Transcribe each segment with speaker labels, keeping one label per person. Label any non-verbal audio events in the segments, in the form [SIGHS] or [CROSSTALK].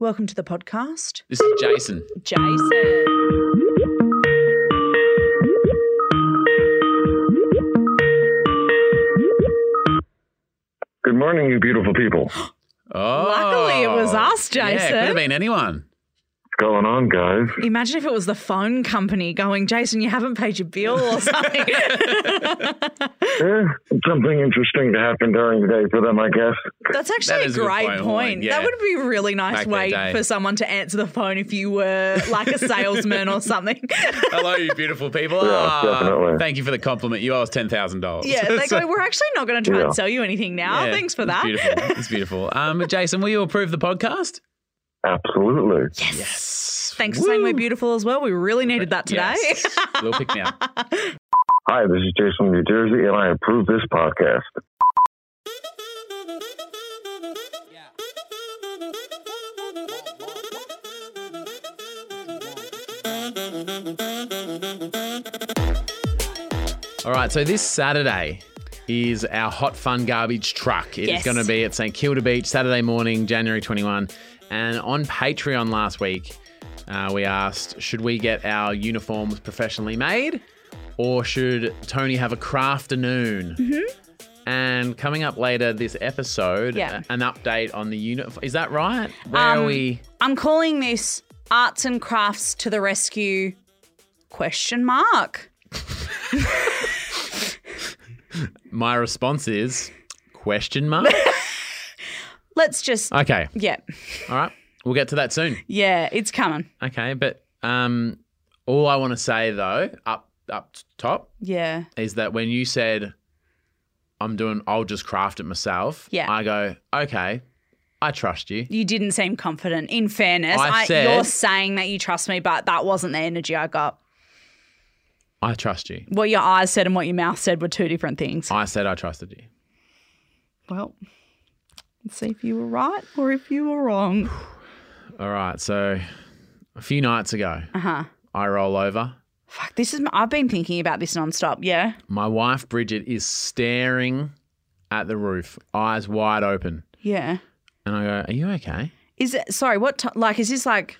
Speaker 1: Welcome to the podcast,
Speaker 2: This is Jason.
Speaker 1: Jason.
Speaker 3: Good morning, you beautiful people. What's
Speaker 2: Oh,
Speaker 1: Luckily, it was us,
Speaker 2: Yeah, could
Speaker 1: Jason.
Speaker 2: have been anyone.
Speaker 3: going on, guys?
Speaker 1: Imagine if it was the phone company going, Jason, you haven't paid your bill
Speaker 2: [LAUGHS]
Speaker 1: or something.
Speaker 3: Eh, something interesting to happen during the day for them, I guess.
Speaker 1: That's actually
Speaker 2: is
Speaker 1: a
Speaker 2: a good
Speaker 1: great
Speaker 2: point,
Speaker 1: point.
Speaker 2: Lauren. Yeah.
Speaker 1: That would be a really nice
Speaker 2: Back that
Speaker 1: way
Speaker 2: day.
Speaker 1: for someone to answer the phone if you were like a salesman or something. [LAUGHS]
Speaker 2: Hello, you beautiful people.
Speaker 3: Yeah,
Speaker 2: Ah,
Speaker 3: definitely.
Speaker 2: Thank you for the compliment. You owe us ten thousand dollars.
Speaker 1: yeah,
Speaker 2: [LAUGHS]
Speaker 1: they go, we're actually not going to try
Speaker 3: Yeah.
Speaker 1: and sell you anything now. Thanks for that.
Speaker 2: It's beautiful. It's beautiful. Um, Jason, will you approve the podcast?
Speaker 3: Absolutely.
Speaker 1: Yes.
Speaker 2: Yes.
Speaker 1: [LAUGHS] Thanks for saying we're beautiful as well. We really needed that today.
Speaker 2: Yes. Little pick me up.
Speaker 3: Hi, this is Jason from New Jersey, and I approve this podcast.
Speaker 2: All right, so this Saturday is our hot fun garbage truck. It is
Speaker 1: Yes.
Speaker 2: going to be at St Kilda Beach Saturday morning, January 21. And on Patreon last week, uh, we asked, should we get our uniforms professionally made or should Tony have a craft afternoon? And coming up later this episode,
Speaker 1: Mm-hmm. Yeah.
Speaker 2: an update on the uniform. Is that right? Where
Speaker 1: Um,
Speaker 2: are we?
Speaker 1: [LAUGHS] I'm calling this arts and crafts to the rescue question mark.
Speaker 2: My response is question mark.
Speaker 1: [LAUGHS] Let's just
Speaker 2: okay.
Speaker 1: yeah.
Speaker 2: All right. We'll get to that soon.
Speaker 1: Yeah, it's coming.
Speaker 2: Okay, but um, all I want to say though, up up top,
Speaker 1: Yeah.
Speaker 2: is that when you said, "I'm doing," I'll just craft it myself.
Speaker 1: Yeah.
Speaker 2: I go, okay, I trust you.
Speaker 1: You didn't seem confident. In fairness,
Speaker 2: I said-
Speaker 1: you're saying that you trust me, but that wasn't the energy I got.
Speaker 2: I trust you.
Speaker 1: What your eyes said and what your mouth said were two different things.
Speaker 2: I said I trusted you.
Speaker 1: well, let's see if you were right or if you were wrong.
Speaker 2: All right, so a few nights ago,
Speaker 1: Uh huh.
Speaker 2: I roll over.
Speaker 1: Fuck, this is. I've been thinking about this nonstop. Yeah.
Speaker 2: My wife Bridget is staring at the roof, eyes wide open,
Speaker 1: Yeah.
Speaker 2: and I go, "Are you okay?"
Speaker 1: Is it? Sorry. What? T- like, is this like?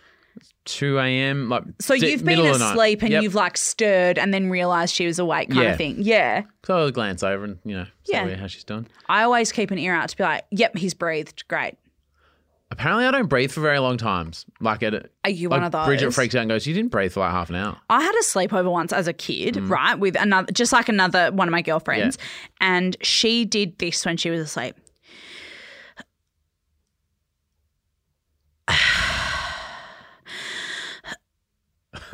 Speaker 2: Two a.m. Like
Speaker 1: So
Speaker 2: di-
Speaker 1: you've been
Speaker 2: middle of the night.
Speaker 1: asleep and
Speaker 2: Yep.
Speaker 1: you've like stirred and then realized she was awake, kind
Speaker 2: Yeah.
Speaker 1: of thing. Yeah.
Speaker 2: So I'll glance over and you know, see
Speaker 1: Yeah.
Speaker 2: how she's doing.
Speaker 1: I always keep an ear out to be like, "Yep, he's breathed. Great."
Speaker 2: Apparently, I don't breathe for very long times. Like at like
Speaker 1: Are you one of those?
Speaker 2: Bridget freaks out and goes, "You didn't breathe for like half an hour." [LAUGHS]
Speaker 1: I had a sleepover once as a kid,
Speaker 2: Mm.
Speaker 1: right, with another, just like another one of my girlfriends, and she did this when she was asleep.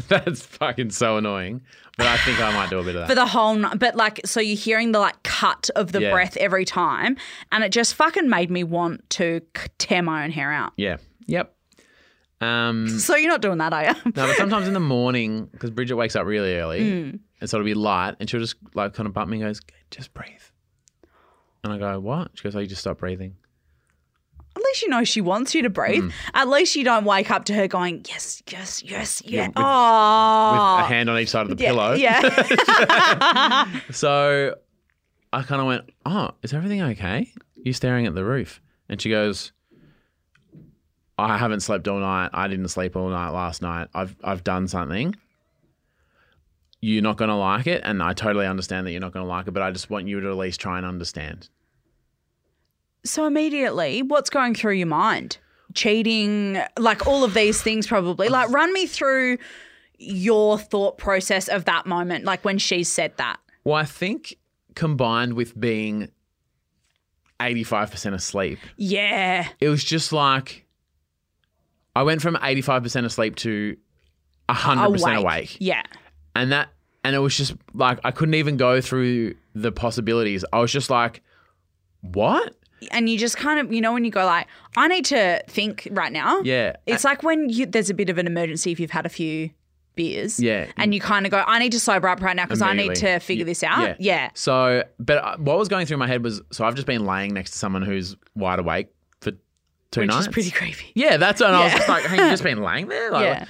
Speaker 2: That's fucking so annoying. But I think I might do a bit of
Speaker 1: for
Speaker 2: that.
Speaker 1: the whole night. But like, so you're hearing the like cut of the
Speaker 2: Yeah.
Speaker 1: breath every time, and it just fucking made me want to k- tear my own hair out.
Speaker 2: yeah. Yep. Um.
Speaker 1: So you're not doing that, are you?
Speaker 2: No, but sometimes in the morning, because Bridget wakes up really early,
Speaker 1: Hmm.
Speaker 2: and so it'll be light, and she'll just like kind of bump me and goes, "Just breathe." And I go, "What?" She goes, "Oh, you just stop breathing."
Speaker 1: [LAUGHS] At least you know she wants you to breathe.
Speaker 2: Mm.
Speaker 1: At least you don't wake up to her going, yes, yes, yes, yeah.
Speaker 2: with- With
Speaker 1: oh,
Speaker 2: a hand on each side of the
Speaker 1: yeah,
Speaker 2: pillow. [LAUGHS]
Speaker 1: Yeah.
Speaker 2: So I kind of went, Oh, is everything okay? You're staring at the roof. And she goes, I haven't slept all night. I didn't sleep all night last night. I've, I've done something. You're not going to like it. And I totally understand that you're not going to like it, but I just want you to at least try and understand.
Speaker 1: so immediately, what's going through your mind? Cheating, like all of these things, probably. Like, run me through your thought process of that moment, like when she said that.
Speaker 2: Well, I think combined with being 85% asleep,
Speaker 1: Yeah.
Speaker 2: it was just like I went from 85% asleep to 100% awake.
Speaker 1: Yeah.
Speaker 2: and that and it was just like I couldn't even go through the possibilities. I was just like, what?
Speaker 1: And you just kind of, you know, when you go like, I need to think right now.
Speaker 2: Yeah,
Speaker 1: It's like when you, there's a bit of an emergency if you've had a few beers.
Speaker 2: yeah.
Speaker 1: And you kind of go, I need to sober up right now because I need
Speaker 2: Immediately.
Speaker 1: to figure
Speaker 2: Y-
Speaker 1: this out. Yeah.
Speaker 2: So, but I- what was going through my head was so I've just been laying next to someone who's wide awake for two
Speaker 1: Which
Speaker 2: nights.
Speaker 1: is pretty creepy.
Speaker 2: yeah, that's what I was
Speaker 1: Yeah.
Speaker 2: just like. Hey,
Speaker 1: [LAUGHS]
Speaker 2: you just been laying there, like,
Speaker 1: yeah.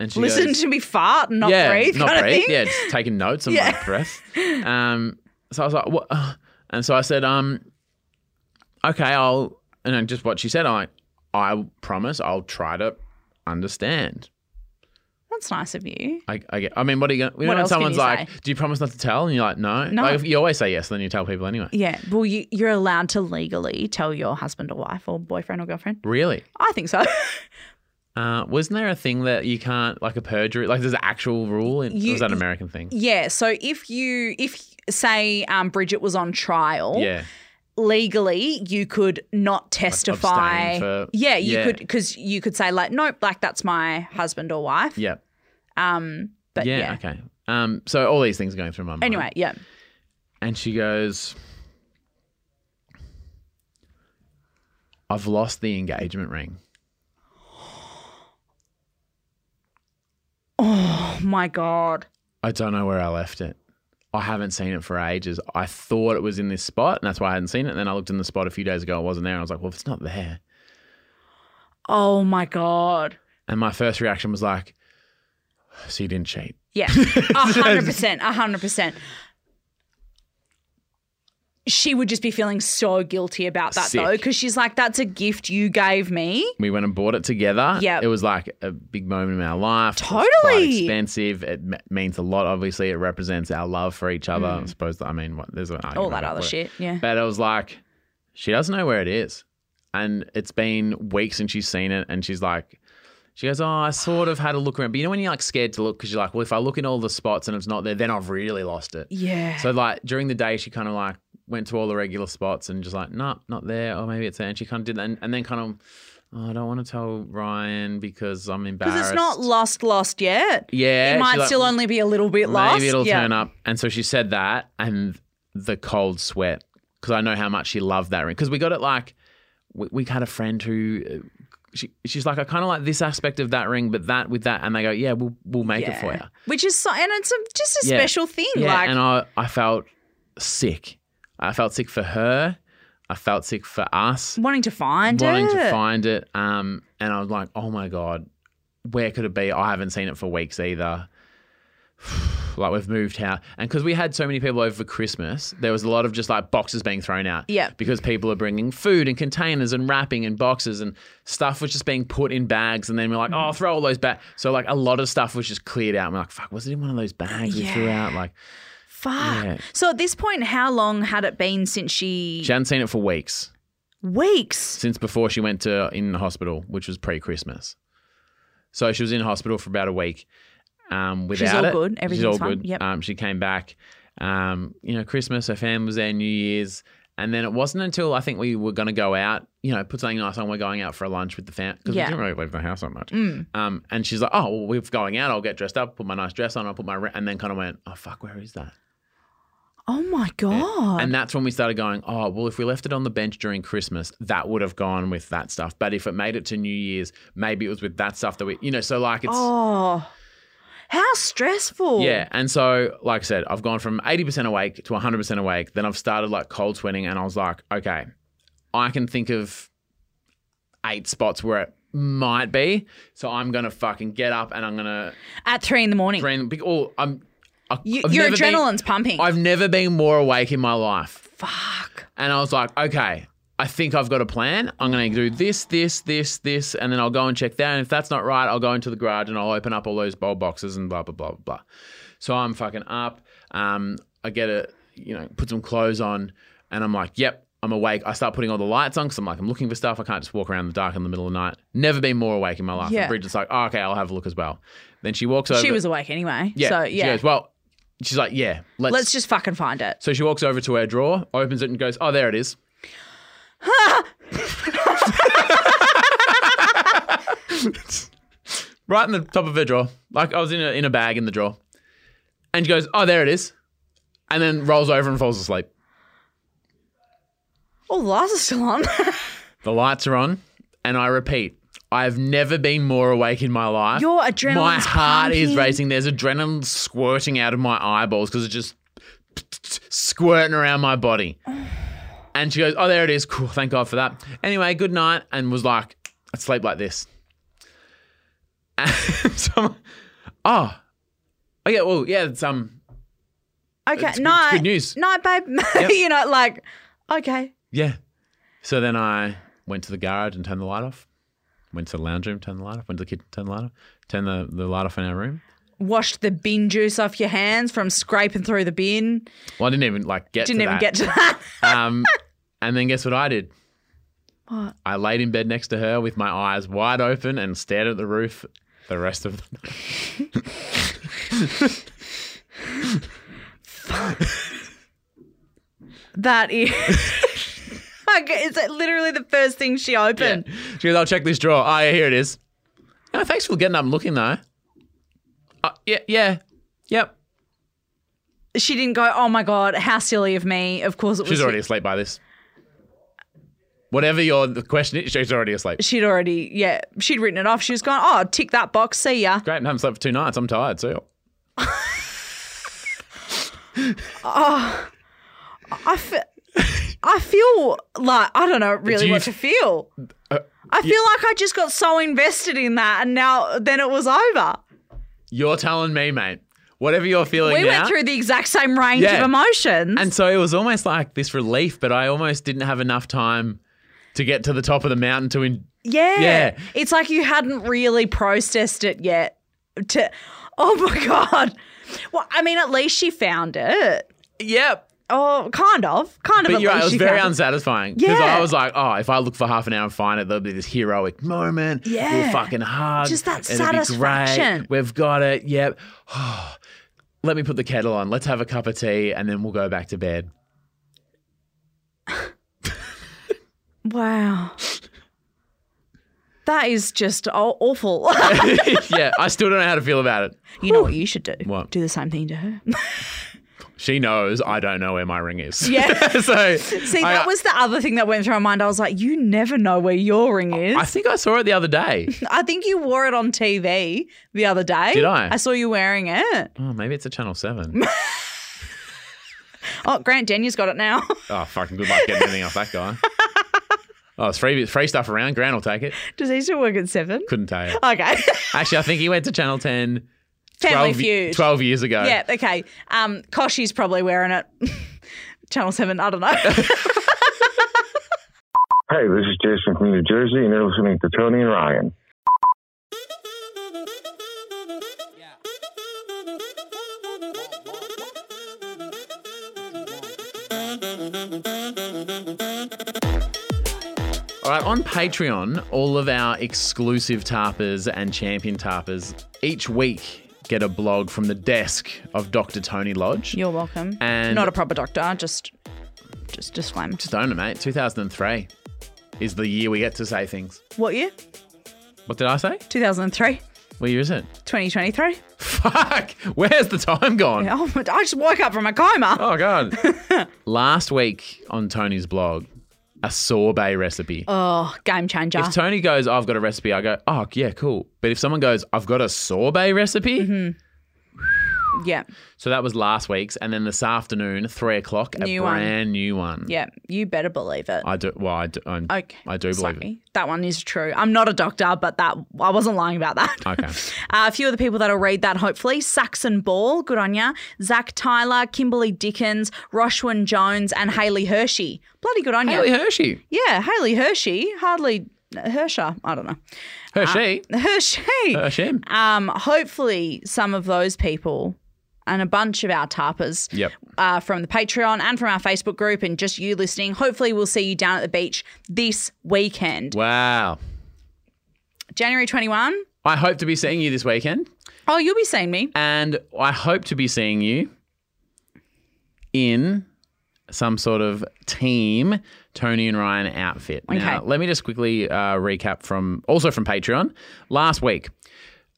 Speaker 2: and she
Speaker 1: Listen
Speaker 2: goes,
Speaker 1: to me fart and not
Speaker 2: yeah,
Speaker 1: breathe.
Speaker 2: not
Speaker 1: kind of
Speaker 2: breathe,
Speaker 1: thing.
Speaker 2: yeah, just taking notes on
Speaker 1: Yeah.
Speaker 2: my breath. Um, so I was like, [SIGHS] what? And so I said, um, okay, I'll, and then just what she said, I'm like, I promise I'll try to understand.
Speaker 1: That's nice of you.
Speaker 2: I, I get. I mean, what are you going? to You
Speaker 1: What
Speaker 2: know, when
Speaker 1: else can
Speaker 2: someone's
Speaker 1: you
Speaker 2: like,
Speaker 1: say?
Speaker 2: "Do you promise not to tell?" and you're like, "No."
Speaker 1: No.
Speaker 2: Like, you always say yes, then you tell people anyway.
Speaker 1: Yeah. Well, you, you're allowed to legally tell your husband or wife or boyfriend or girlfriend.
Speaker 2: Really?
Speaker 1: I think so. [LAUGHS]
Speaker 2: Uh, wasn't there a thing that you can't like a perjury? Like, there's an actual rule. In,
Speaker 1: You-
Speaker 2: was that an American thing?
Speaker 1: yeah. So if you, if say um, Bridget was on trial,
Speaker 2: Yeah.
Speaker 1: legally you could not testify.
Speaker 2: abstain for-
Speaker 1: yeah, you
Speaker 2: yeah.
Speaker 1: could because you could say like, nope, like that's my husband or wife.
Speaker 2: Yeah.
Speaker 1: Um. But yeah.
Speaker 2: yeah, Okay. Um. So all these things are going through my mind.
Speaker 1: Anyway, yeah.
Speaker 2: and she goes, "I've lost the engagement ring."
Speaker 1: Oh my god.
Speaker 2: I don't know where I left it. I haven't seen it for ages. I thought it was in this spot, and that's why I hadn't seen it. And then I looked in the spot a few days ago, it wasn't there. And I was like, well, if it's not there.
Speaker 1: Oh my god.
Speaker 2: And my first reaction was like, so you didn't cheat. [LAUGHS]
Speaker 1: Yeah. A hundred percent. A hundred percent. She would just be feeling so guilty about that
Speaker 2: Sick.
Speaker 1: though, because she's like, that's a gift you gave me.
Speaker 2: We went and bought it together.
Speaker 1: Yep.
Speaker 2: It was like a big moment in our life. It was
Speaker 1: Totally.
Speaker 2: quite expensive. It me- means a lot, obviously. It represents our love for each other. I suppose, that, I mean, what, there's an argument
Speaker 1: Mm. All that
Speaker 2: about
Speaker 1: other
Speaker 2: what-
Speaker 1: shit. Yeah.
Speaker 2: But I was like, she doesn't know where it is. And it's been weeks since she's seen it. And she's like, she goes, Oh, I sort of had a look around. But you know, when you're like scared to look because you're like, Well, if I look in all the spots and it's not there, then I've really lost it.
Speaker 1: Yeah.
Speaker 2: So, like, during the day, she kind of like went to all the regular spots and just like, Nope, not there. Or maybe it's there. And she kind of did that. And, and then kind of, oh, I don't want to tell Ryan because I'm embarrassed.
Speaker 1: Because it's not lost, lost yet.
Speaker 2: Yeah.
Speaker 1: it might
Speaker 2: she's like,
Speaker 1: still only be a little bit lost.
Speaker 2: Maybe it'll
Speaker 1: yeah.
Speaker 2: turn up. And so she said that, and the cold sweat because I know how much she loved that ring. Because we got it like we, we had a friend who uh, she, she's like, I kind of like this aspect of that ring, but that with that, and they go, yeah, we'll we'll make it for
Speaker 1: Yeah.
Speaker 2: you.
Speaker 1: Which is so, and it's a, just a
Speaker 2: Yeah.
Speaker 1: special thing.
Speaker 2: Yeah,
Speaker 1: like,
Speaker 2: and I I felt sick. I felt sick for her. I felt sick for us.
Speaker 1: wanting to find
Speaker 2: wanting
Speaker 1: it.
Speaker 2: to find it. Um, and I was like, oh my god, where could it be? I haven't seen it for weeks either. [SIGHS] like we've moved house, and because we had so many people over for Christmas, there was a lot of just like boxes being thrown out.
Speaker 1: Yeah.
Speaker 2: because people are bringing food and containers and wrapping and boxes and stuff was just being put in bags, and then we're like, oh, throw all those back. So like a lot of stuff was just cleared out. And we're like, fuck, was it in one of those bags we threw
Speaker 1: Yeah.
Speaker 2: out? Like
Speaker 1: Fuck.
Speaker 2: Yeah.
Speaker 1: So at this point, how long had it been since she?
Speaker 2: she hadn't seen it for weeks
Speaker 1: Weeks.
Speaker 2: since before she went to in the hospital, which was pre Christmas. So she was in hospital for about a week. Um, without
Speaker 1: all
Speaker 2: it.
Speaker 1: good.
Speaker 2: She's
Speaker 1: Everything's
Speaker 2: all
Speaker 1: fine.
Speaker 2: good.
Speaker 1: Yep.
Speaker 2: Um, she came back. Um, you know, Christmas, her family was there, New Year's, and then it wasn't until I think we were going to go out. You know, put something nice on. We're going out for a lunch with the family because
Speaker 1: Yeah.
Speaker 2: we didn't really leave the house that much.
Speaker 1: Mm.
Speaker 2: Um, and she's like, "Oh, well, we're going out. I'll get dressed up, put my nice dress on. I'll put my re-, and then kind of went, "Oh fuck, where is that?"
Speaker 1: Oh my god.
Speaker 2: And that's when we started going, oh, well, if we left it on the bench during Christmas, that would have gone with that stuff. But if it made it to New Year's, maybe it was with that stuff that we, you know, so like it's,
Speaker 1: oh, how stressful.
Speaker 2: yeah. And so, like I said, I've gone from 80% awake to 100% awake. Then I've started like cold sweating and I was like, okay, I can think of eight spots where it might be. So I'm going to fucking get up and I'm going to,
Speaker 1: At three in the morning,
Speaker 2: oh, I'm, I-
Speaker 1: you,
Speaker 2: I've
Speaker 1: your
Speaker 2: never been-
Speaker 1: adrenaline's pumping.
Speaker 2: I've never been more awake in my life.
Speaker 1: Fuck.
Speaker 2: And I was like, okay, I think I've got a plan. I'm going to do this, this, this, this, and then I'll go and check that. And if that's not right, I'll go into the garage and I'll open up all those bowl boxes and blah, blah, blah, blah, blah. So I'm fucking up. Um, I get a, you know, put some clothes on and I'm like, yep, I'm awake. I start putting all the lights on because I'm like, I'm looking for stuff. I can't just walk around in the dark in the middle of the night. Never been more awake in my life.
Speaker 1: Yeah.
Speaker 2: And Bridget's like, oh, okay, I'll have a look as well. Then she walks over.
Speaker 1: She was awake anyway.
Speaker 2: yeah.
Speaker 1: So
Speaker 2: She
Speaker 1: yeah.
Speaker 2: goes, well, she's like, yeah, let's,
Speaker 1: Let's just fucking find it.
Speaker 2: so she walks over to her drawer, opens it, and goes, "Oh, there it is." [LAUGHS] right in the top of her drawer, like I was in a in a bag in the drawer, and she goes, "Oh, there it is," and then rolls over and falls asleep.
Speaker 1: Oh, the lights are still on.
Speaker 2: [LAUGHS]
Speaker 1: [LAUGHS]
Speaker 2: The lights are on, and I repeat, I have never been more awake in my life.
Speaker 1: Your adrenaline's
Speaker 2: my heart is
Speaker 1: pumping.
Speaker 2: racing. There's adrenaline squirting out of my eyeballs because it's just squirting around my body. And she goes, "Oh, there it is. Cool. Thank God for that." Anyway, good night, and was like, "I'd sleep like this." [LAUGHS] And so, I'm- oh, oh yeah, well, yeah, it's um,
Speaker 1: Okay.
Speaker 2: It's good-
Speaker 1: night.
Speaker 2: it's good news.
Speaker 1: Night, babe. [LAUGHS] you know, like, okay.
Speaker 2: yeah. So then I went to the garage and turned the light off, Went to the lounge room, turned the light off. Went to the kitchen, turned the light off. Turned the, the light off in our room.
Speaker 1: Washed the bin juice off your hands from scraping through the bin.
Speaker 2: Well, I didn't even like get.
Speaker 1: Didn't
Speaker 2: to
Speaker 1: even
Speaker 2: that.
Speaker 1: get to that. [LAUGHS]
Speaker 2: Um, and then guess what I did?
Speaker 1: What?
Speaker 2: I laid in bed next to her with my eyes wide open and stared at the roof the rest of the night.
Speaker 1: That is. [LAUGHS] Okay, Is that literally the first thing she opened?
Speaker 2: [LAUGHS] She goes, I'll check this drawer. Oh, yeah, here it is. No, thanks for getting up and looking, though. Uh, yeah, yeah, yep.
Speaker 1: She didn't go, oh my God, how silly of me. Of course it was.
Speaker 2: She's already asleep by this. Whatever your the question is, she's already asleep.
Speaker 1: She'd already, yeah, she'd written it off. She was going, oh, tick that box, see ya.
Speaker 2: Great, and haven't slept for two nights. I'm tired, so
Speaker 1: I
Speaker 2: [LAUGHS]
Speaker 1: fe- I feel like I don't know really
Speaker 2: you uh,
Speaker 1: what to feel. I feel like I just got so invested in that, and now then it was over.
Speaker 2: you're telling me, mate. Whatever you're feeling
Speaker 1: We
Speaker 2: now.
Speaker 1: went through the exact same range of
Speaker 2: Yeah.
Speaker 1: emotions.
Speaker 2: and so it was almost like this relief, but I almost didn't have enough time to get to the top of the mountain to in-
Speaker 1: yeah.
Speaker 2: Yeah.
Speaker 1: it's like you hadn't really processed it yet. To oh my [LAUGHS] god. Well, I mean, at least she found it.
Speaker 2: Yep.
Speaker 1: Oh, kind of, kind of.
Speaker 2: But
Speaker 1: at
Speaker 2: you're right, it
Speaker 1: least
Speaker 2: was
Speaker 1: she
Speaker 2: very
Speaker 1: found it.
Speaker 2: unsatisfying. Because
Speaker 1: Yeah.
Speaker 2: I was like, oh, if I look for half an hour and find it, there'll be this heroic moment.
Speaker 1: Yeah.
Speaker 2: We'll fucking hug.
Speaker 1: Just that
Speaker 2: It'll be great.
Speaker 1: satisfaction.
Speaker 2: We've got it. Yep. [SIGHS] Let me put the kettle on. Let's have a cup of tea and then we'll go back to bed. [LAUGHS]
Speaker 1: wow. That is just aw- awful. [LAUGHS]
Speaker 2: yeah, I still don't know how to feel about it.
Speaker 1: You know what you should do?
Speaker 2: What?
Speaker 1: Do the same thing to her. [LAUGHS]
Speaker 2: She knows I don't know where my ring is.
Speaker 1: Yeah.
Speaker 2: [LAUGHS]
Speaker 1: [LAUGHS]
Speaker 2: so
Speaker 1: See,
Speaker 2: uh,
Speaker 1: that was the other thing that went through my mind. I was like, you never know where your ring is.
Speaker 2: Oh, I think I saw it the other day.
Speaker 1: I think you wore it on TV the other day.
Speaker 2: Did I?
Speaker 1: I saw you wearing it.
Speaker 2: Oh, maybe it's a Channel 7.
Speaker 1: Oh, Grant Denya's got it now. [LAUGHS]
Speaker 2: oh, fucking good luck getting anything off that guy. Oh, it's free, free stuff around. Grant will take it.
Speaker 1: Does he still work at seven?
Speaker 2: Couldn't tell you.
Speaker 1: Okay. [LAUGHS]
Speaker 2: Actually, I think he went to Channel 10
Speaker 1: Family
Speaker 2: 12,
Speaker 1: Feud.
Speaker 2: 12 years ago.
Speaker 1: Yeah, okay. Um, Koshi's probably wearing it. [LAUGHS] Channel 7, I don't know. [LAUGHS]
Speaker 3: Hey, this is Jason from New Jersey, and you're listening to Tony and Ryan.
Speaker 2: All right, on Patreon, all of our exclusive tarpers and champion tarpers each week get a blog from the desk of Dr. Tony Lodge.
Speaker 1: You're welcome.
Speaker 2: And-
Speaker 1: Not a proper doctor, just just disclaimer.
Speaker 2: Just own it, mate. 2003 is the year we get to say things.
Speaker 1: What year?
Speaker 2: What did I say?
Speaker 1: 2003,
Speaker 2: What year is it? [LAUGHS]
Speaker 1: 2023.
Speaker 2: Fuck! Where's the time gone?
Speaker 1: Oh, [LAUGHS] I just woke up from a coma. [LAUGHS]
Speaker 2: Oh, God. Last week on Tony's blog, a sorbet recipe.
Speaker 1: Oh, game changer.
Speaker 2: If Tony goes, I've got a recipe, I go, oh, yeah, cool. But if someone goes, I've got a sorbet recipe,
Speaker 1: Mm-hmm. yeah,
Speaker 2: so that was last week's. And then this afternoon, three o'clock, a
Speaker 1: New one.
Speaker 2: brand new one.
Speaker 1: yeah, you better believe it.
Speaker 2: I do, well, I do, I'm-
Speaker 1: Okay.
Speaker 2: I do
Speaker 1: Slap
Speaker 2: believe it.
Speaker 1: me. That one is true. I'm not a doctor, but that I wasn't lying about that.
Speaker 2: Okay.
Speaker 1: [LAUGHS] Uh, a few of the people that'll read that, hopefully. Saxon Ball, good on ya. Zach Tyler, Kimberly Dickens, Roshwin Jones, and Haley Hershey. Bloody good on ya.
Speaker 2: Haley Hershey.
Speaker 1: yeah, Haley Hershey. Hardly uh, Hersher. I don't know. [LAUGHS] Ah.
Speaker 2: Hershey.
Speaker 1: Hershey.
Speaker 2: Hershey.
Speaker 1: Um, hopefully, some of those people and a bunch of our tarpers
Speaker 2: Yep.
Speaker 1: uh, from the Patreon and from our Facebook group and just you listening, hopefully, we'll see you down at the beach this weekend.
Speaker 2: Wow.
Speaker 1: January 21.
Speaker 2: I hope to be seeing you this weekend.
Speaker 1: Oh, you'll be seeing me.
Speaker 2: And I hope to be seeing you in some sort of team Tony and Ryan outfit. Now,
Speaker 1: Okay.
Speaker 2: let me just quickly uh, recap from also from Patreon last week.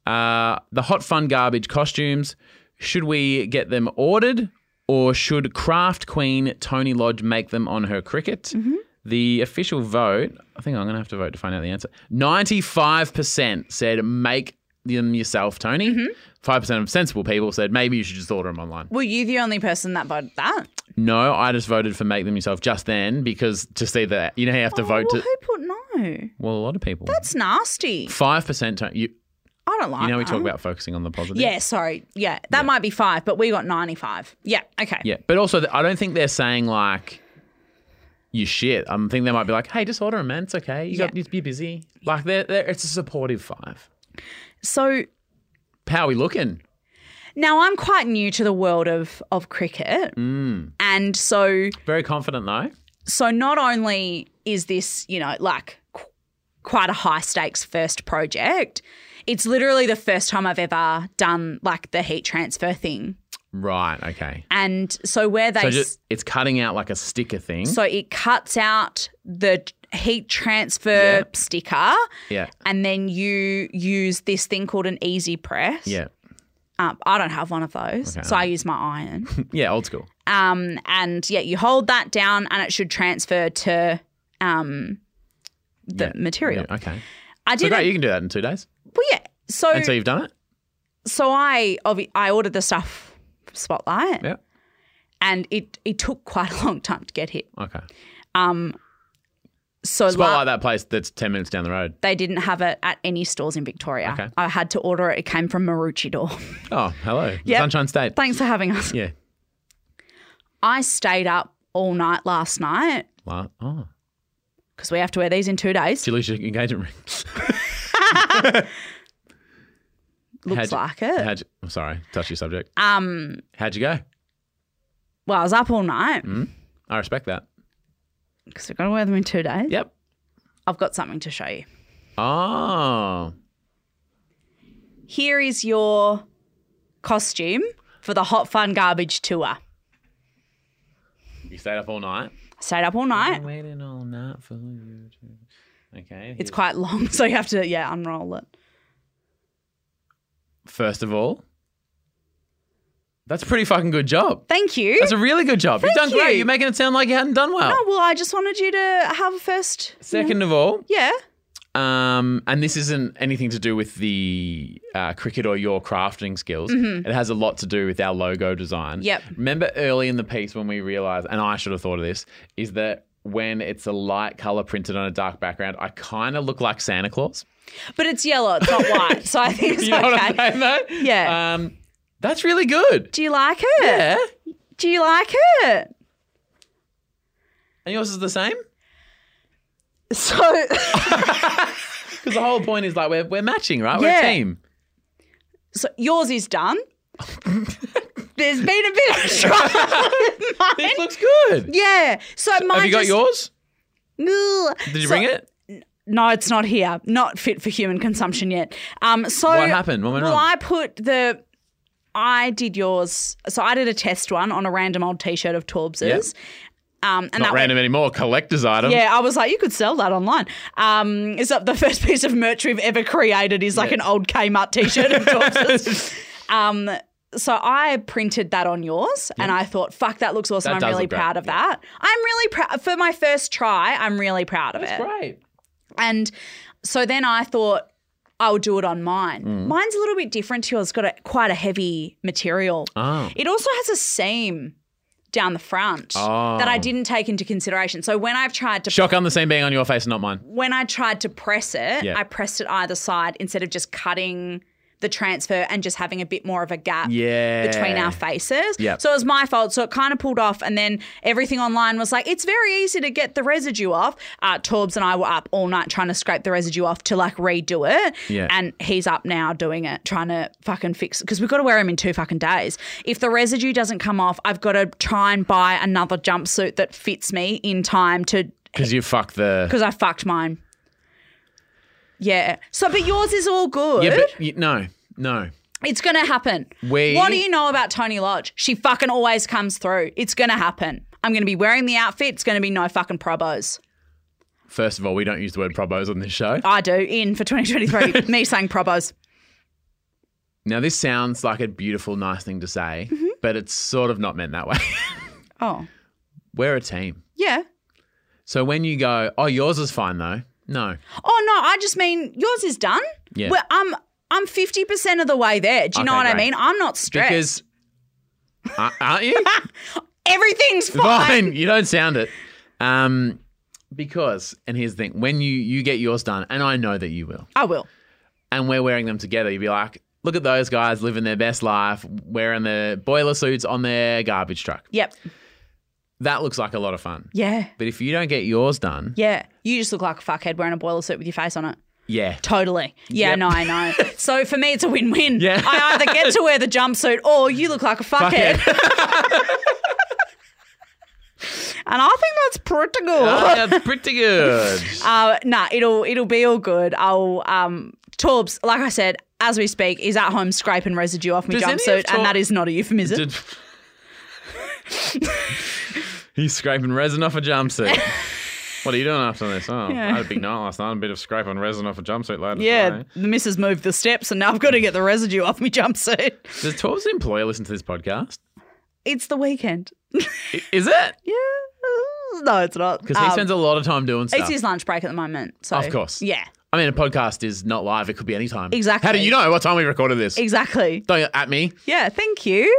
Speaker 2: Uh, the hot fun garbage costumes. Should we get them ordered, or should craft queen Tony Lodge make them on her cricket? The official vote. I think I'm going to have to vote to find out the answer. Ninety-five percent said make them yourself, Tony.
Speaker 1: Mm-hmm.
Speaker 2: 5 percent of sensible people said maybe you should just order them online.
Speaker 1: Were you the only person that voted that?
Speaker 2: No, I just voted for make them yourself just then because to see that you know how you have to vote
Speaker 1: well,
Speaker 2: to.
Speaker 1: who put no?
Speaker 2: Well, a lot of people.
Speaker 1: Oh, That's nasty.
Speaker 2: Five percent. You
Speaker 1: I don't like.
Speaker 2: you know we
Speaker 1: that.
Speaker 2: talk about focusing on the positive.
Speaker 1: Uh-uh. Yeah, sorry. Yeah, that might be five, but we got ninety-five. Yeah. Okay.
Speaker 2: Yeah, but also th- I don't think they're saying like your shit. I am think they might be like, hey, just order 'em, man. It's okay. You got
Speaker 1: Yeah.
Speaker 2: you be busy. Like they're, they're, it's a supportive five.
Speaker 1: So
Speaker 2: How we looking?
Speaker 1: now I'm quite new to the world of of cricket,
Speaker 2: Mm.
Speaker 1: and so
Speaker 2: Very confident though.
Speaker 1: so not only is this you know like qu- quite a high stakes first project, it's literally the first time I've ever done like the heat transfer thing,
Speaker 2: Right. Okay.
Speaker 1: and so where they
Speaker 2: So
Speaker 1: s-
Speaker 2: just it's cutting out like a sticker thing.
Speaker 1: so it cuts out the heat transfer
Speaker 2: Yeah.
Speaker 1: sticker,
Speaker 2: yeah.
Speaker 1: and then you use this thing called an easy press.
Speaker 2: Yeah.
Speaker 1: Um, I don't have one of those,
Speaker 2: Okay.
Speaker 1: so I use my
Speaker 2: [LAUGHS]
Speaker 1: iron.
Speaker 2: Yeah. Old school.
Speaker 1: um, and yeah, you hold that down, and it should transfer to um, the
Speaker 2: Yeah.
Speaker 1: material.
Speaker 2: Yeah, okay.
Speaker 1: I
Speaker 2: So
Speaker 1: did
Speaker 2: great.
Speaker 1: it.
Speaker 2: You can do that in two days.
Speaker 1: Well, yeah. So
Speaker 2: And so you've done it.
Speaker 1: so I obvi- I ordered the stuff from Spotlight,
Speaker 2: Yeah.
Speaker 1: and it it took quite a long time to get here.
Speaker 2: Okay.
Speaker 1: So la-
Speaker 2: Spotlight that place that's ten minutes down the road.
Speaker 1: they didn't have it at any stores in Victoria.
Speaker 2: Okay.
Speaker 1: I had to order it. It came from Maroochydore.
Speaker 2: Oh, hello.
Speaker 1: Yep.
Speaker 2: Sunshine
Speaker 1: [LAUGHS]
Speaker 2: State.
Speaker 1: Thanks for having us.
Speaker 2: yeah.
Speaker 1: I stayed up all night last night
Speaker 2: Wow. Oh.
Speaker 1: because we have to wear these in two days.
Speaker 2: Did you lose your
Speaker 1: [LAUGHS]
Speaker 2: engagement ring?
Speaker 1: Looks
Speaker 2: How'd you-
Speaker 1: like it.
Speaker 2: How'd you, I'm sorry, touchy subject.
Speaker 1: um,
Speaker 2: How'd you go?
Speaker 1: well, I was up all night
Speaker 2: Mm. I respect that.
Speaker 1: because we've got to wear them in two days.
Speaker 2: Yep.
Speaker 1: I've got something to show you.
Speaker 2: Oh.
Speaker 1: Here is your costume for the Hot Fun Garbage Tour.
Speaker 2: You stayed up all night.
Speaker 1: Stayed up all night.
Speaker 2: Been waiting all night for you to- Okay.
Speaker 1: It's quite long, [LAUGHS] so you have to yeah unroll it.
Speaker 2: First of all, that's a pretty fucking good job.
Speaker 1: Thank you.
Speaker 2: That's a really good job. You've done
Speaker 1: Thank
Speaker 2: great.
Speaker 1: you.
Speaker 2: You're making it sound like you hadn't done well.
Speaker 1: oh, well, I just wanted you to have a first.
Speaker 2: Second of all,
Speaker 1: Yeah.
Speaker 2: Um, and this isn't anything to do with the uh, cricket or your crafting skills. It has a lot to do with our logo design.
Speaker 1: Mm-hmm. Yep.
Speaker 2: Remember early in the piece when we realized, and I should have thought of this, is that when it's a light color printed on a dark background, I kind of look like Santa Claus. [LAUGHS]
Speaker 1: But it's yellow, it's not white, so I think it's
Speaker 2: You know
Speaker 1: okay.
Speaker 2: what I'm saying, though?
Speaker 1: Yeah.
Speaker 2: Um, that's really good.
Speaker 1: Do you like it?
Speaker 2: Yeah.
Speaker 1: Do you like it?
Speaker 2: And yours is the same?
Speaker 1: So, [LAUGHS]
Speaker 2: Because the whole point is like we're, we're matching, right? We're
Speaker 1: Yeah.
Speaker 2: a team.
Speaker 1: so yours is
Speaker 2: [LAUGHS]
Speaker 1: done. There's been a bit of trouble with mine.
Speaker 2: This looks good.
Speaker 1: Yeah. So mine
Speaker 2: Have you got
Speaker 1: just-
Speaker 2: yours?
Speaker 1: Ugh.
Speaker 2: Did you
Speaker 1: So-
Speaker 2: bring it?
Speaker 1: No, it's not here. Not fit for human consumption yet. Um. So
Speaker 2: What happened? What went
Speaker 1: Well,
Speaker 2: wrong?
Speaker 1: I put the. I did yours. So I did a test one on a random old T-shirt of Torbs's. Um, and
Speaker 2: Not
Speaker 1: that
Speaker 2: random anymore. Collector's item.
Speaker 1: Yeah, I was like, you could sell that online. Um, it's up the first [LAUGHS] piece of merch we've ever created is like an old Kmart T-shirt of
Speaker 2: [LAUGHS]
Speaker 1: Torbs's. um, so I printed that on yours, and I thought, fuck, that looks awesome.
Speaker 2: That
Speaker 1: I'm
Speaker 2: does
Speaker 1: really
Speaker 2: look great,
Speaker 1: proud of
Speaker 2: yeah.
Speaker 1: that. I'm really proud for my first try. I'm really proud of it.
Speaker 2: Great.
Speaker 1: And so then I thought I'll do it on mine.
Speaker 2: Mm.
Speaker 1: Mine's a little bit different to yours. It's got a, quite a heavy material.
Speaker 2: Oh.
Speaker 1: It also has a seam down the front
Speaker 2: Oh.
Speaker 1: that I didn't take into consideration. So when I've tried to
Speaker 2: Shock on the same being on your face and not mine.
Speaker 1: when I tried to press it,
Speaker 2: Yeah.
Speaker 1: I pressed it either side instead of just cutting the transfer and just having a bit more of a gap
Speaker 2: Yeah.
Speaker 1: between our faces.
Speaker 2: Yep.
Speaker 1: So it was my fault. So it kind of pulled off. And then everything online was like, it's very easy to get the residue off. Uh, Torbs and I were up all night trying to scrape the residue off to like redo it.
Speaker 2: Yeah.
Speaker 1: And he's up now doing it, trying to fucking fix Because we've got to wear him in two fucking days. If the residue doesn't come off, I've got to try and buy another jumpsuit that fits me in time to
Speaker 2: Because you fuck the.
Speaker 1: because I fucked mine. Yeah. So, but yours is all good.
Speaker 2: Yeah, but y no, no.
Speaker 1: it's going to happen.
Speaker 2: We-
Speaker 1: What do you know about Tony Lodge? She fucking always comes through. It's going to happen. I'm going to be wearing the outfit. It's going to be no fucking probos.
Speaker 2: First of all, we don't use the word probos on this show.
Speaker 1: I do. In for [LAUGHS] 2023. me saying probos.
Speaker 2: Now, this sounds like a beautiful, nice thing to say,
Speaker 1: Mm-hmm.
Speaker 2: but it's sort of not meant that way. [LAUGHS]
Speaker 1: Oh,
Speaker 2: We're a team.
Speaker 1: yeah.
Speaker 2: So when you go, oh, yours is fine though. No.
Speaker 1: Oh, no. I just mean yours is done.
Speaker 2: Yeah.
Speaker 1: Well, I'm, I'm 50% of the way there. Do you know
Speaker 2: Okay,
Speaker 1: what I
Speaker 2: great.
Speaker 1: mean? I'm not stressed.
Speaker 2: Because. Ar- aren't you?
Speaker 1: Everything's
Speaker 2: fine. You don't sound it. Um, because, and here's the thing when you, you get yours done, and I know that you will.
Speaker 1: I will.
Speaker 2: and we're wearing them together, you'd be like, look at those guys living their best life, wearing their boiler suits on their garbage truck.
Speaker 1: Yep.
Speaker 2: That looks like a lot of fun.
Speaker 1: Yeah.
Speaker 2: But if you don't get yours done,
Speaker 1: Yeah. You just look like a fuckhead wearing a boiler suit with your face on it.
Speaker 2: yeah.
Speaker 1: Totally. Yeah,
Speaker 2: Yep.
Speaker 1: no, I
Speaker 2: [LAUGHS]
Speaker 1: know. So for me, it's a win win.
Speaker 2: Yeah.
Speaker 1: I either get to wear the jumpsuit or you look like a fuckhead.
Speaker 2: [LAUGHS]
Speaker 1: and I think that's pretty good.
Speaker 2: Ah, [LAUGHS] that's pretty good.
Speaker 1: [LAUGHS] Uh, nah, it'll it'll be all good. I'll um Torbs, like I said, as we speak, is at home scraping residue off my
Speaker 2: Does any of
Speaker 1: jumpsuit,
Speaker 2: Torb-
Speaker 1: and that is not a euphemism.
Speaker 2: Did- He's scraping resin off a [LAUGHS] jumpsuit. what are you doing after this? Oh, I had a big night last night. A bit of scraping resin off a jumpsuit later.
Speaker 1: yeah,
Speaker 2: today.
Speaker 1: the missus moved the steps, and now I've got to get the residue off my jumpsuit.
Speaker 2: Does Torb's employer listen to this podcast?
Speaker 1: It's the weekend.
Speaker 2: I- Is it?
Speaker 1: Yeah. No, it's not.
Speaker 2: Because he
Speaker 1: Um,
Speaker 2: spends a lot of time doing stuff.
Speaker 1: it's his lunch break at the moment. So
Speaker 2: Of course.
Speaker 1: Yeah.
Speaker 2: I mean, a podcast is not live. It could be any time.
Speaker 1: Exactly.
Speaker 2: How do you know what time we recorded this?
Speaker 1: Exactly.
Speaker 2: Don't at me.
Speaker 1: Yeah, thank you.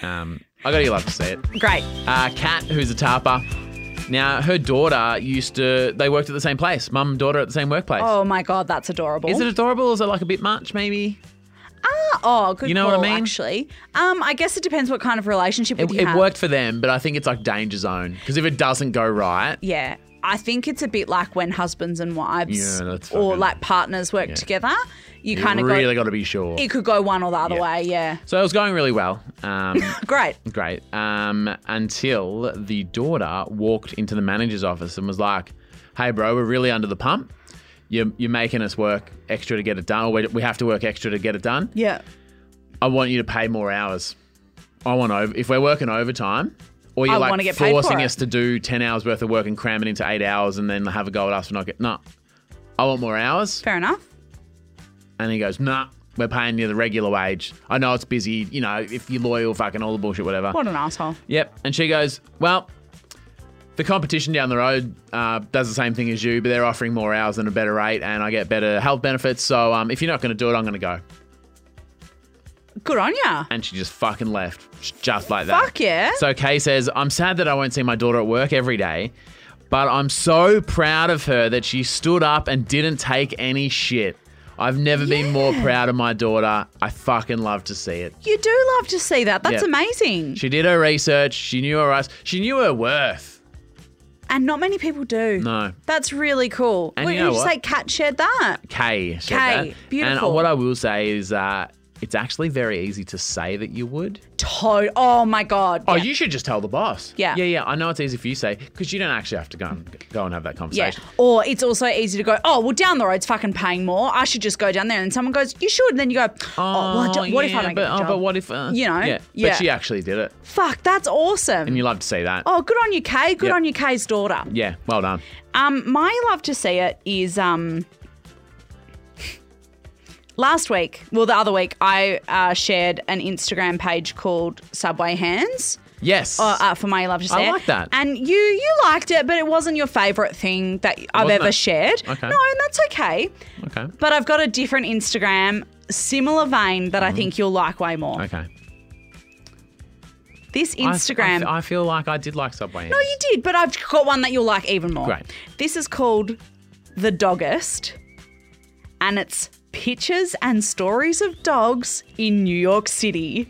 Speaker 2: Um, I got you love to see it.
Speaker 1: Great.
Speaker 2: uh, Kat, who's a tarper. Now, her daughter used to, they worked at the same place, mum and daughter at the same workplace.
Speaker 1: Oh my god, that's adorable.
Speaker 2: Is it adorable? Is it like a bit much, maybe?
Speaker 1: oh, good
Speaker 2: You know what
Speaker 1: call,
Speaker 2: I mean?
Speaker 1: actually. Um, I guess it depends what kind of relationship
Speaker 2: It,
Speaker 1: with you
Speaker 2: it
Speaker 1: have.
Speaker 2: worked for them, but I think it's like danger zone. Because if it doesn't go right,
Speaker 1: Yeah. I think it's a bit like when husbands and wives
Speaker 2: Yeah, that's
Speaker 1: or
Speaker 2: fucking-
Speaker 1: like partners work together. You kind
Speaker 2: you
Speaker 1: of
Speaker 2: really
Speaker 1: go
Speaker 2: got to be sure.
Speaker 1: it could go one or the other
Speaker 2: Yeah.
Speaker 1: way, yeah.
Speaker 2: so it was going really well. Um,
Speaker 1: Great.
Speaker 2: great. Um, until the daughter walked into the manager's office and was like, hey, bro, we're really under the pump. You're, you're making us work extra to get it done, or we, we have to work extra to get it done.
Speaker 1: Yeah.
Speaker 2: I want you to pay more hours. I want over if we're working overtime, or you're
Speaker 1: I
Speaker 2: like
Speaker 1: wanna get paid for
Speaker 2: forcing
Speaker 1: it.
Speaker 2: us to do ten hours worth of work and cram it into eight hours, and then have a go at us for not getting. No, I want more hours.
Speaker 1: Fair enough.
Speaker 2: And he goes, Nah, we're paying you the regular wage. I know it's busy. You know, if you're loyal, fucking all the bullshit, whatever.
Speaker 1: What an asshole.
Speaker 2: Yep. And she goes, Well, the competition down the road uh, does the same thing as you, but they're offering more hours and a better rate, and I get better health benefits. So um, if you're not going to do it, I'm going to go.
Speaker 1: Good on ya.
Speaker 2: And she just fucking left, just like that.
Speaker 1: Fuck yeah.
Speaker 2: So Kay says, I'm sad that I won't see my daughter at work every day, but I'm so proud of her that she stood up and didn't take any shit. I've never been more proud of my daughter. I fucking love to see it.
Speaker 1: you do love to see that. That's
Speaker 2: Yeah.
Speaker 1: amazing.
Speaker 2: She did her research. She knew her rights. She knew her worth.
Speaker 1: and not many people do.
Speaker 2: No.
Speaker 1: That's really cool.
Speaker 2: And
Speaker 1: Would
Speaker 2: you know
Speaker 1: just
Speaker 2: what?
Speaker 1: say cat shared that?
Speaker 2: Kay. said
Speaker 1: Kay,
Speaker 2: that.
Speaker 1: beautiful.
Speaker 2: And what I will say is uh, it's actually very easy to say that you would.
Speaker 1: To- oh my god.
Speaker 2: Oh,
Speaker 1: yeah.
Speaker 2: you should just tell the boss.
Speaker 1: Yeah.
Speaker 2: Yeah, yeah. I know it's easy for you to say because you don't actually have to go and, go and have that
Speaker 1: Yeah.
Speaker 2: conversation.
Speaker 1: Or it's also easy to go, oh, well, down the road's fucking paying more. I should just go down there. And someone goes, you should. And then you go, oh, well, I don't- what if
Speaker 2: yeah,
Speaker 1: I don't
Speaker 2: but,
Speaker 1: get the
Speaker 2: oh,
Speaker 1: job?
Speaker 2: but what if? Uh,
Speaker 1: You know,
Speaker 2: Yeah.
Speaker 1: yeah.
Speaker 2: But she actually did it,
Speaker 1: Fuck, that's awesome.
Speaker 2: and you love to see that.
Speaker 1: oh, good on you, Kay. Good
Speaker 2: Yep.
Speaker 1: on you, Kay's daughter.
Speaker 2: Yeah. Well done.
Speaker 1: Um, my love to see it is um. Last week, well, the other week, I uh, shared an Instagram page called Subway Hands.
Speaker 2: Yes.
Speaker 1: uh, uh, for my love to say.
Speaker 2: I
Speaker 1: it.
Speaker 2: like that.
Speaker 1: And you you liked it, but it wasn't your favourite thing that I've
Speaker 2: wasn't
Speaker 1: ever
Speaker 2: it?
Speaker 1: shared.
Speaker 2: Okay.
Speaker 1: No, and that's okay.
Speaker 2: okay.
Speaker 1: But I've got a different Instagram, similar vein that I think you'll like way more.
Speaker 2: Mm-hmm. Okay.
Speaker 1: This
Speaker 2: I-
Speaker 1: Instagram.
Speaker 2: I, I feel like I did like Subway.
Speaker 1: no, Oh, you did, but I've got one that you'll like even more.
Speaker 2: Great.
Speaker 1: This is called The Doggest, and it's pictures and stories of dogs in New York City.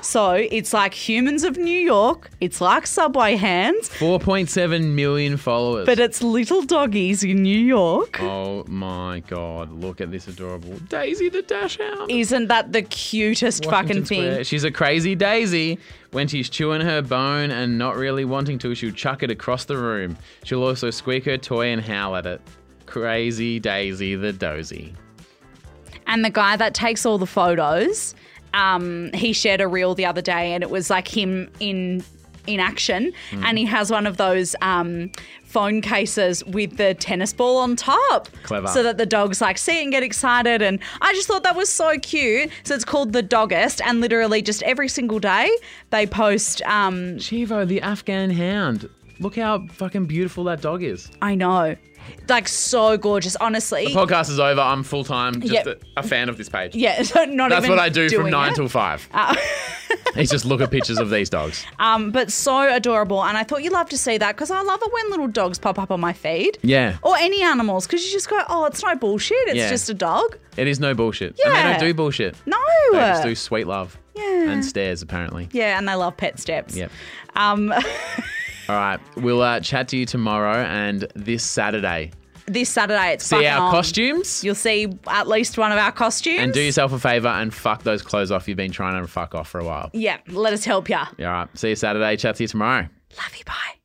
Speaker 1: So it's like humans of New York, it's like Subway Hands,
Speaker 2: Four point seven million followers.
Speaker 1: but uh, it's little doggies in New York.
Speaker 2: oh my god! Look at this adorable Daisy the Dash Hound.
Speaker 1: Isn't that the cutest fucking
Speaker 2: Washington
Speaker 1: thing?
Speaker 2: Square. She's a crazy daisy. When she's chewing her bone and not really wanting to, she'll chuck it across the room. She'll also squeak her toy and howl at it. Crazy Daisy the Dozy.
Speaker 1: And the guy that takes all the photos, um, he shared a reel the other day, and it was like him in in action,
Speaker 2: Hmm.
Speaker 1: and he has one of those. Um, Phone cases with the tennis ball on top.
Speaker 2: Clever.
Speaker 1: So that the dogs like see it and get excited. And I just thought that was so cute. So it's called The Doggest. And literally, just every single day, they post um,
Speaker 2: Chivo, the Afghan hound. Look how fucking beautiful that dog is.
Speaker 1: I know. Like so gorgeous, honestly.
Speaker 2: Podcast is over. I'm full time just
Speaker 1: Yep.
Speaker 2: a, a fan of this page.
Speaker 1: yeah, [LAUGHS] not even
Speaker 2: That's what I do from
Speaker 1: doing
Speaker 2: nine
Speaker 1: it. Uh,
Speaker 2: till five.
Speaker 1: [LAUGHS]
Speaker 2: it's just look at pictures of these dogs.
Speaker 1: Um, but so adorable, and I thought you'd love to see that because I love it when little dogs pop up on my feed.
Speaker 2: Yeah.
Speaker 1: Or any animals, because you just go, oh, it's no bullshit. It's
Speaker 2: Yeah.
Speaker 1: just a dog.
Speaker 2: It is no bullshit. And they
Speaker 1: Yeah.
Speaker 2: don't do bullshit.
Speaker 1: No.
Speaker 2: They just do sweet love.
Speaker 1: Yeah.
Speaker 2: and stairs apparently.
Speaker 1: yeah, and they love pet steps.
Speaker 2: Yep.
Speaker 1: Um, [LAUGHS]
Speaker 2: All right, we'll uh, chat to you tomorrow and this Saturday.
Speaker 1: this Saturday it's
Speaker 2: See
Speaker 1: fucking
Speaker 2: our
Speaker 1: on.
Speaker 2: costumes
Speaker 1: You'll see at least one of our costumes.
Speaker 2: and do yourself a favor and fuck those clothes off you've been trying to fuck off for a while.
Speaker 1: yeah, let us help you.
Speaker 2: All right, see you Saturday. Chat to you tomorrow.
Speaker 1: Love you. Bye.